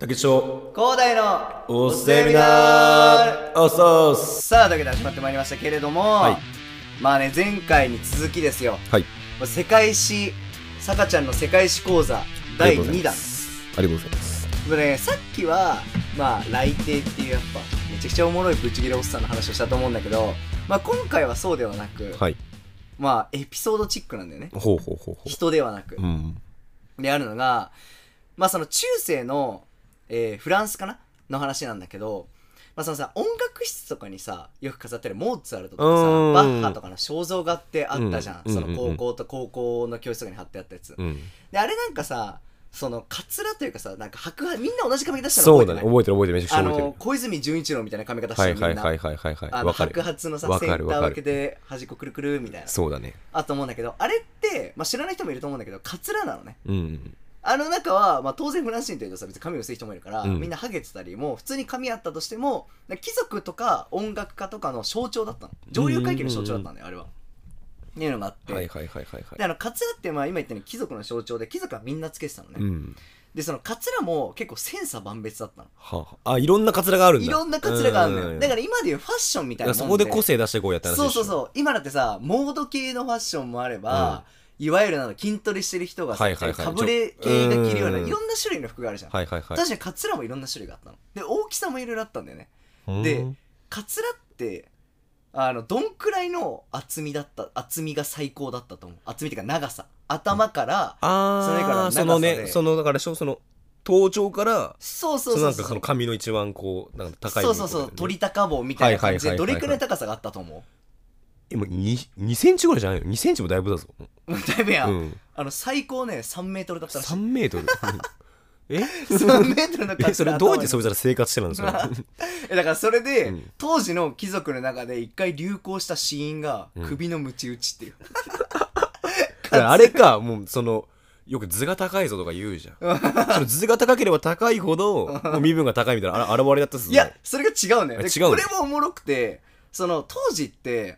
竹内翔広大のおセミナーおっそーすさあというわけで始まってまいりましたけれども、はいまあね前回に続きですよはい世界史さかちゃんの世界史講座第あり2が弾とありがとうございますでねさっきはまあ来帝っていうやっぱめちゃくちゃおもろいブチギレおっさんの話をしたと思うんだけどまあ今回はそうではなく、はいまあエピソードチックなんだよねほうほうほうほ人ではなくううんであるのが、まあその中世の、えーフランスかなの話なんだけど、まあそのさ、音楽室とかにさ、よく飾ってるモーツァルトとかさ、うんバッハとかの肖像画ってあったじゃん。うんその高校と高校の教室とかに貼ってあったやつ。うんで、あれなんかさ、そのカツラというかさ、なんか白髪、みんな同じ髪型したのそう覚だえてねな覚いえてる覚えてるめちゃくちゃあ覚えてのる、小泉純一郎みたいな髪型しはているみんな。はいはいはいはいはいわあのかる白髪のさわセかンるタわーかる分けで端っこくるくるみたいなそうだねあと思うんだけどあれって、まあ、知らない人もいると思うんだけどカツラなのねうんあの中は、まあ、当然フランス人というとさ別に髪薄い人もいるから、うんみんなハゲてたりもう普通に髪あったとしてもなんか貴族とか音楽家とかの象徴だったの上流階級の象徴だったんだよあれは。っていうのがあって、はいはいはいはいはでいあのカツラってまあ今言ったように貴族の象徴で貴族はみんなつけてたのね、うんでそのカツラも結構千差万別だったのはああいろんなカツラがあるんだいろんなカツラがあるのよ、だだかから今でいうファッションみたいならもんそこで個性出してこうやったらそうそううそう今だってさモード系のファッションもあれば、いわゆるなんか筋トレしてる人がさ、はいはいはいかぶれ系が着るようなうんいろんな種類の服があるじゃん、はいはいはい確かにカツラもいろんな種類があったので大きさもいろいろあったんだよねうんでカツラってあのどんくらいの厚みだった厚みが最高だったと思う厚みっていうか長さ頭から、それからああ長さそでのねそのだからしょその頭頂からそうそうそのなそうんかそそうの髪の一番こうなんか高いそうそうそう鳥鳥高帽みたいな感じではいはいどはいはいはいれくらいの高さがあったと思今 2, 2センチぐらいじゃないの2センチもだいぶだぞ、うだいぶや、うんん、あの最高ね3メートルだったらし3いメ ートルえ3メートルの カえツそラれどうやって頭そにいつら生活してるんです かえだからそれで、うん当時の貴族の中で一回流行したシーンがうん首のムチ打ちっていう、だからあれかもうそのよく図が高いぞとか言うじ ゃんその図が高ければ高いほどもう身分が高いみたいなあら現れだったっすねいや、それが違うね。あで違うのこれもおもろくて、その、当時って、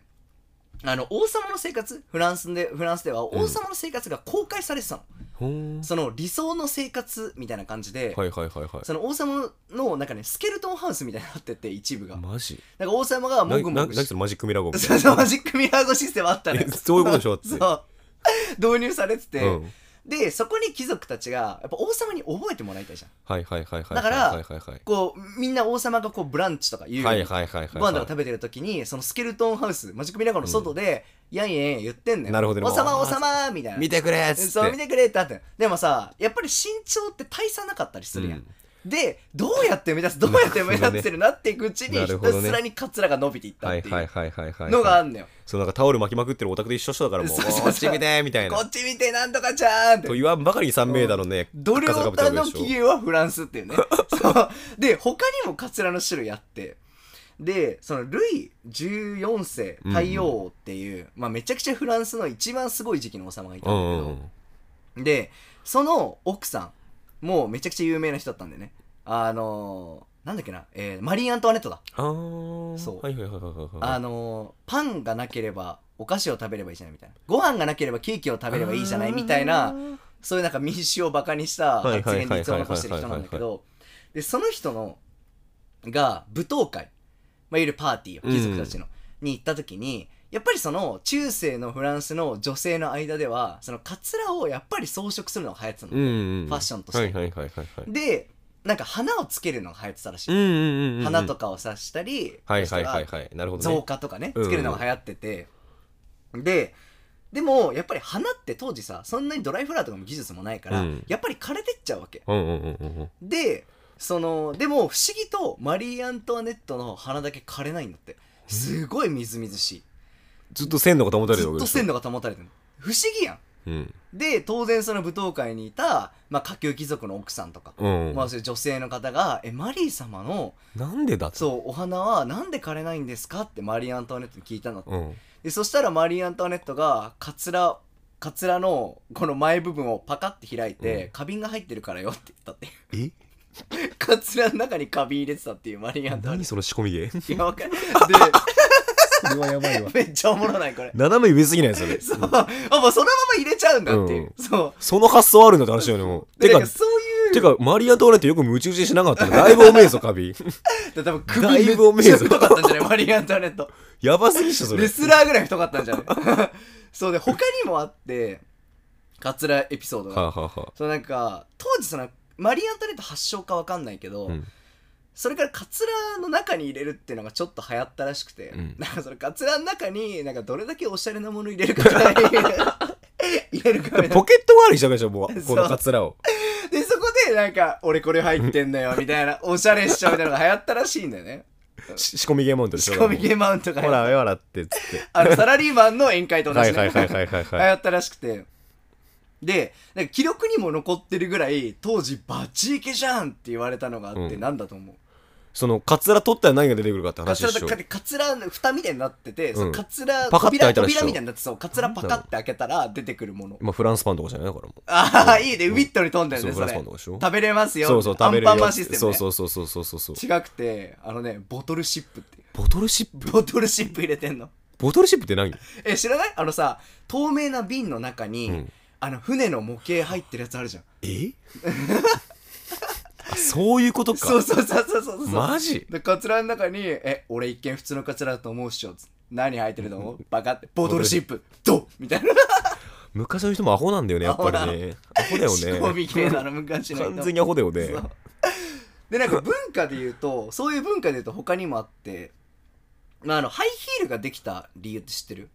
あの、王様の生活、フランスで、フランスでは王様の生活が公開されてたの。ほーんその、理想の生活みたいな感じで、はいはいはいはその王様の、なんかね、スケルトンハウスみたいになってて、一部が。いマジなんか王様がもなぐなもなぐ何それマジックミラー号みたそいうそう、な。マジックミラーゴシステムあったねそういうことでしょだってそう。導入されてて、うんで、そこに貴族たちが、やっぱ王様に覚えてもらいたいじゃん。はいはいはいはいだからはいはいはいこう、みんな王様がこう、ブランチとか言うようはにいはいはいはいご飯とか食べてる時にそのスケルトンハウスマジックミラーゴの外で、やんやん言ってんのよなるほどね王様もう王様みたいな見てくれっつってそう見てくれってあってでもさやっぱり身長って大差なかったりするやん、でどうやって目指すどうやって目指してるなっていくうちになひるほどねたすらにカツラが伸びていったはっいていはいうはいはいはいのがあんのよ、そうなんかタオル巻きまくってるオタクと一緒一緒だからもうそうそうそうこっち見てみたいなこっち見てなんとかちゃーんってと言わんばかりに3名だろうねドルオタの起機嫌源はフランスって いうね。そう。で、他にもカツラの種類あって。で、その、ルイ14世、太陽王っていう、まあめちゃくちゃフランスの一番すごい時期の王様がいたんうだんうんけうど、んで、その奥さん、もうめちゃくちゃ有名な人だったんでね。あのー、なんだっけな、えーマリー・アントワネットだ。あーそうはいはいはいはいはいあのー、パンがなければお菓子を食べればいいじゃないみたいな。ご飯がなければケーキを食べればいいじゃないみたいな、そういうなんか民主をバカにした発言でいつも残してる人なんだけど、で、その人の、が舞踏会、まあ、いわゆるパーティーを、貴族たちの、に行った時に、やっぱりその中世のフランスの女性の間では、そのカツラをやっぱり装飾するのが流行ってたの。うんうんファッションとしてはいはいはいはいはいで、なんか花をつけるのが流行ってたらしい。うんうんうんうん花とかを刺したり、はいはいはいはいなるほど造ね花とかねうんつけるのが流行ってて、ででもやっぱり花って当時さそんなにドライフラワーとかも技術もないから、うんやっぱり枯れてっちゃうわけうんうんうんうんでそのでも不思議とマリー・アントワネットの花だけ枯れないんだってすごいみずみずしいずっと鮮度が保たれずっるわけとですよ鮮度が保たれてる不思議やんうんで当然その舞踏会にいた、まあ、下級貴族の奥さんとか、うんまあ、そういう女性の方が「えマリー様のなんでだってそうお花はなんで枯れないんですか?」ってマリー・アントワネットに聞いたんだってうんでそしたらマリー・アントワネットがカツラカツラのこの前部分をパカッて開いて、うん花瓶が入ってるからよって言ったっていうえカツラの中に花瓶入れてたっていうマリー・アントワネ何ッその仕込み芸 トいやわか んないそれはやばいで めっちゃおもろないこれ 斜め上すぎないそれそうあもうそのまま入れちゃうんだっていう、うそうその発想あるんだって話よねもうでてなかんかそういてか、マリーアントワネットよくムチ打ちしなかったの。だいぶおめえぞ、カ ビ。多分だい首ぶおめめっちえゃぞ太かったんじゃないマリー・アントワネ ット。やばすぎっしょ、そレれ。スラーぐらい太かったんじゃない そうで、他にもあって、カツラエピソードはが。あ、はあはあそうなんか、当時その、マリー・アントワネット発祥かわかんないけど、うんそれからカツラの中に入れるっていうのがちょっと流行ったらしくて、うんなんかそのカツラの中になんかどれだけおしゃれなもの入れるかみた いな入れるかみたいなポケット代わりにしたわけでしょ、もう、そこうのカツラを。でそこでなんか俺これ入ってんだよみた いなおしゃれしちゃうみたいなのが流行ったらしいんだよねし仕込みゲームモントでし仕ょ。込みゲーマウントがほ流行っら、ほらって、つって。たあのサラリーマンの宴会と同はじいねはいはいはいはい 流はい。行ったらしくてでなんか記録にも残ってるぐらい当時バチイケじゃんって言われたのがあって、うんなんだと思うその、カツラ取ったら何が出てくるかってカ話ツでラしょ。だカツラの蓋みたいになってて、そのカツラパカッて扉開いたらしょ扉みたいになってそうカツラパカって開けたら出てくるものまあ、フランスパンとかじゃないだからもう。ああいいねウィットに飛んだよそう、フねそランスれパンとかでしょ。食べれますよそうそう、食べれるアやつンパンマンシステム、ね、そうそうそうそうそうそうそう。違くてあのねボトルシップっていうボトルシップボトルシップ入れてんのボトルシップって何え知らないあのさ透明な瓶の中に、うんあの船の模型入ってるやつあるじゃん えあそういうことか。そうそうそうそうそうそうマジでカツラの中に「え俺一見普通のカツラだと思うっしょ」つって何入ってると思うバカってボトルシップドッみたいな昔の人もアホなんだよね、やっぱりね。アホだよ仕込ね。み系なの昔の人完全にアホだよね。そうでなんか文化で言うとそういう文化で言うと他にもあってまああのハイヒールができた理由って知ってる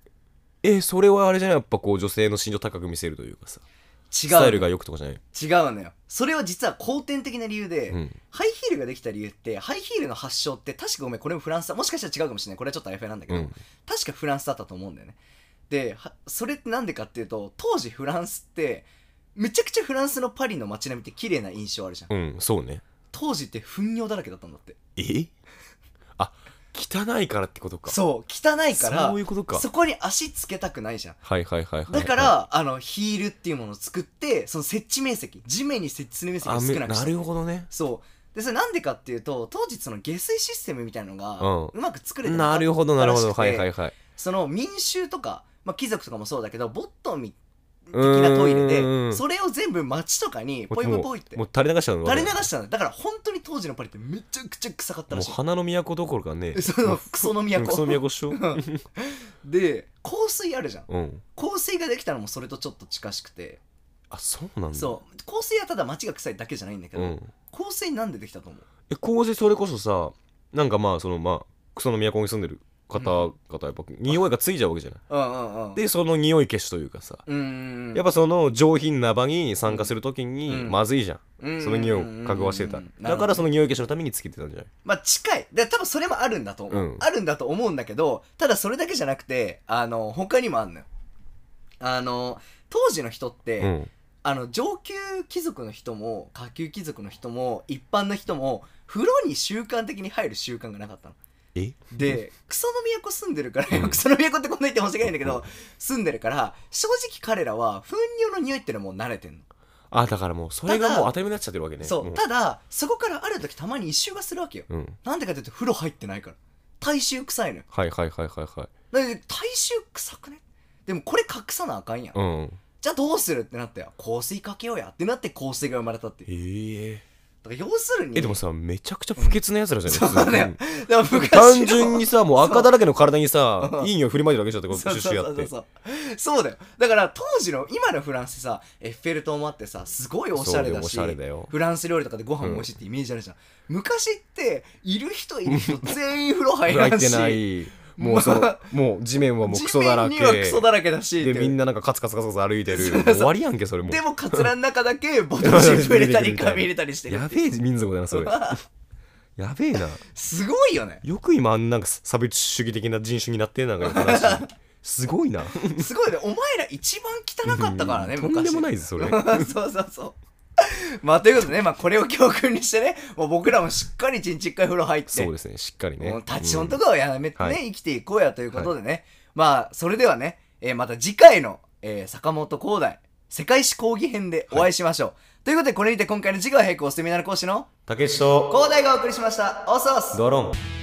え、それはあれじゃないやっぱこう女性の身長高く見せるというかさ。違スタイうルが良くとかじゃない違うのよそれは実は後天的な理由で、うん。ハイヒールができた理由ってハイヒールの発祥って確かごめんこれもフランスだもしかしたら違うかもしれないこれはちょっとあやふやなんだけうど、ん。確かフランスだったと思うんだよねではそれってなんでかっていうと当時フランスってめちゃくちゃフランスのパリの街並みって綺麗な印象あるじゃんうん、そうね。当時って糞尿だらけだったんだってえあ、汚いからってことか。そう汚いからそういうことか。そこに足つけたくないじゃんはいはいはいはい。だから、、あのヒールっていうものを作ってその設置面積地面に設置する面積をあ、少めなくなしたるほどね。そうでそれなんでかっていうと当時その下水システムみたいのがうんうまく作れてななかったらしくてるほどなるほど。はいはいはい。その民衆とか、まあ、貴族とかもそうだけどボットンみ的なトイレうーでんそれを全部街とかにポイポイポイってもうもう垂れ流しちゃうの垂れ流したんだだから本当に当時のパリってめちゃくちゃ臭かったもらうしい花の都どころか ねそのクソのうんその都都っ しょで香水あるじゃんうん香水ができたのもそれとちょっと近しくてあそうなんだそう香水はただ街が臭いだけじゃないんだけど、うん香水なんでできたと思うえこうじそれこそさなんかまあそのまあ草の都に住んでる方々やっぱ匂いがついちゃうわけじゃないうんうんうんでその匂い消しというかさうんうんうんやっぱその上品な場に参加するときにうんまずいじゃんそその匂いを覚悟してただからその匂い消しのためにつけてたんじゃないまあ近いで多分それもあるんだと思う、うんあるんだと思うんだけどただそれだけじゃなくてあの他にもあんのよあの当時の人って、うんあの上級貴族の人も下級貴族の人も一般の人も風呂に習慣的に入る習慣がなかったのえでクソの都住んでるからうんクソの都ってこんな言って申し訳ないんだけど住んでるから正直彼らは糞尿の匂いってのはもう慣れてんのあだからもうそれがただもう当たり前になっちゃってるわけねそうもただそこからある時たまに一周がするわけようんなんでかって言うと風呂入ってないから体臭臭いのよはいはいはいはいはいなんで体臭臭くねでもこれ隠さなあかんやん、うんじゃあどうするってなったよ香水かけようやってなって香水が生まれたっていうええだから要するにえでもさめちゃくちゃ不潔なやつらじゃそうだなよい、普でも通に昔の単純にさもう赤だらけの体にそさういい匂い振りまいてるだけじゃんってこそとうシュッシそうュやそうってそうそうそうだよだから当時の今のフランスさエッフェル塔もあってさすごいおしゃそれだうよおししゃれだよフランス料理とかでご飯も美味しいってイメージあるじゃん、昔っている人いる人全員風呂入ら入んっ してないもうそまのもう地面はもうクソだらけ地面にはクソだらけだしでってみんななんかカツカツカツカツ歩いてるそうもそうう終わりやんけそれもうでもカツラの中だけボトルシップ入れたり紙入れたりしてるやってべえ民族だなそ れやべえなすごいよねよく今あんなんか差別主義的な人種になってんなんか話すごいなすごい ねお前ら一番汚かったからねうん昔とんでもないぞそれ そうそうそうまあということでね、まあ、これを教訓にしてねもう僕らもしっかり一日一回風呂入ってそうですねしっかりねもう立ちションとかをやめてね、うんは生きていこうやということでね、まあそれではね、えーまた次回の、えー坂本光大世界史講義編でお会いしましょう、ということでこれにて今回の授業並行セミナル講師のたけしと光大がお送りしましたオーソースドローン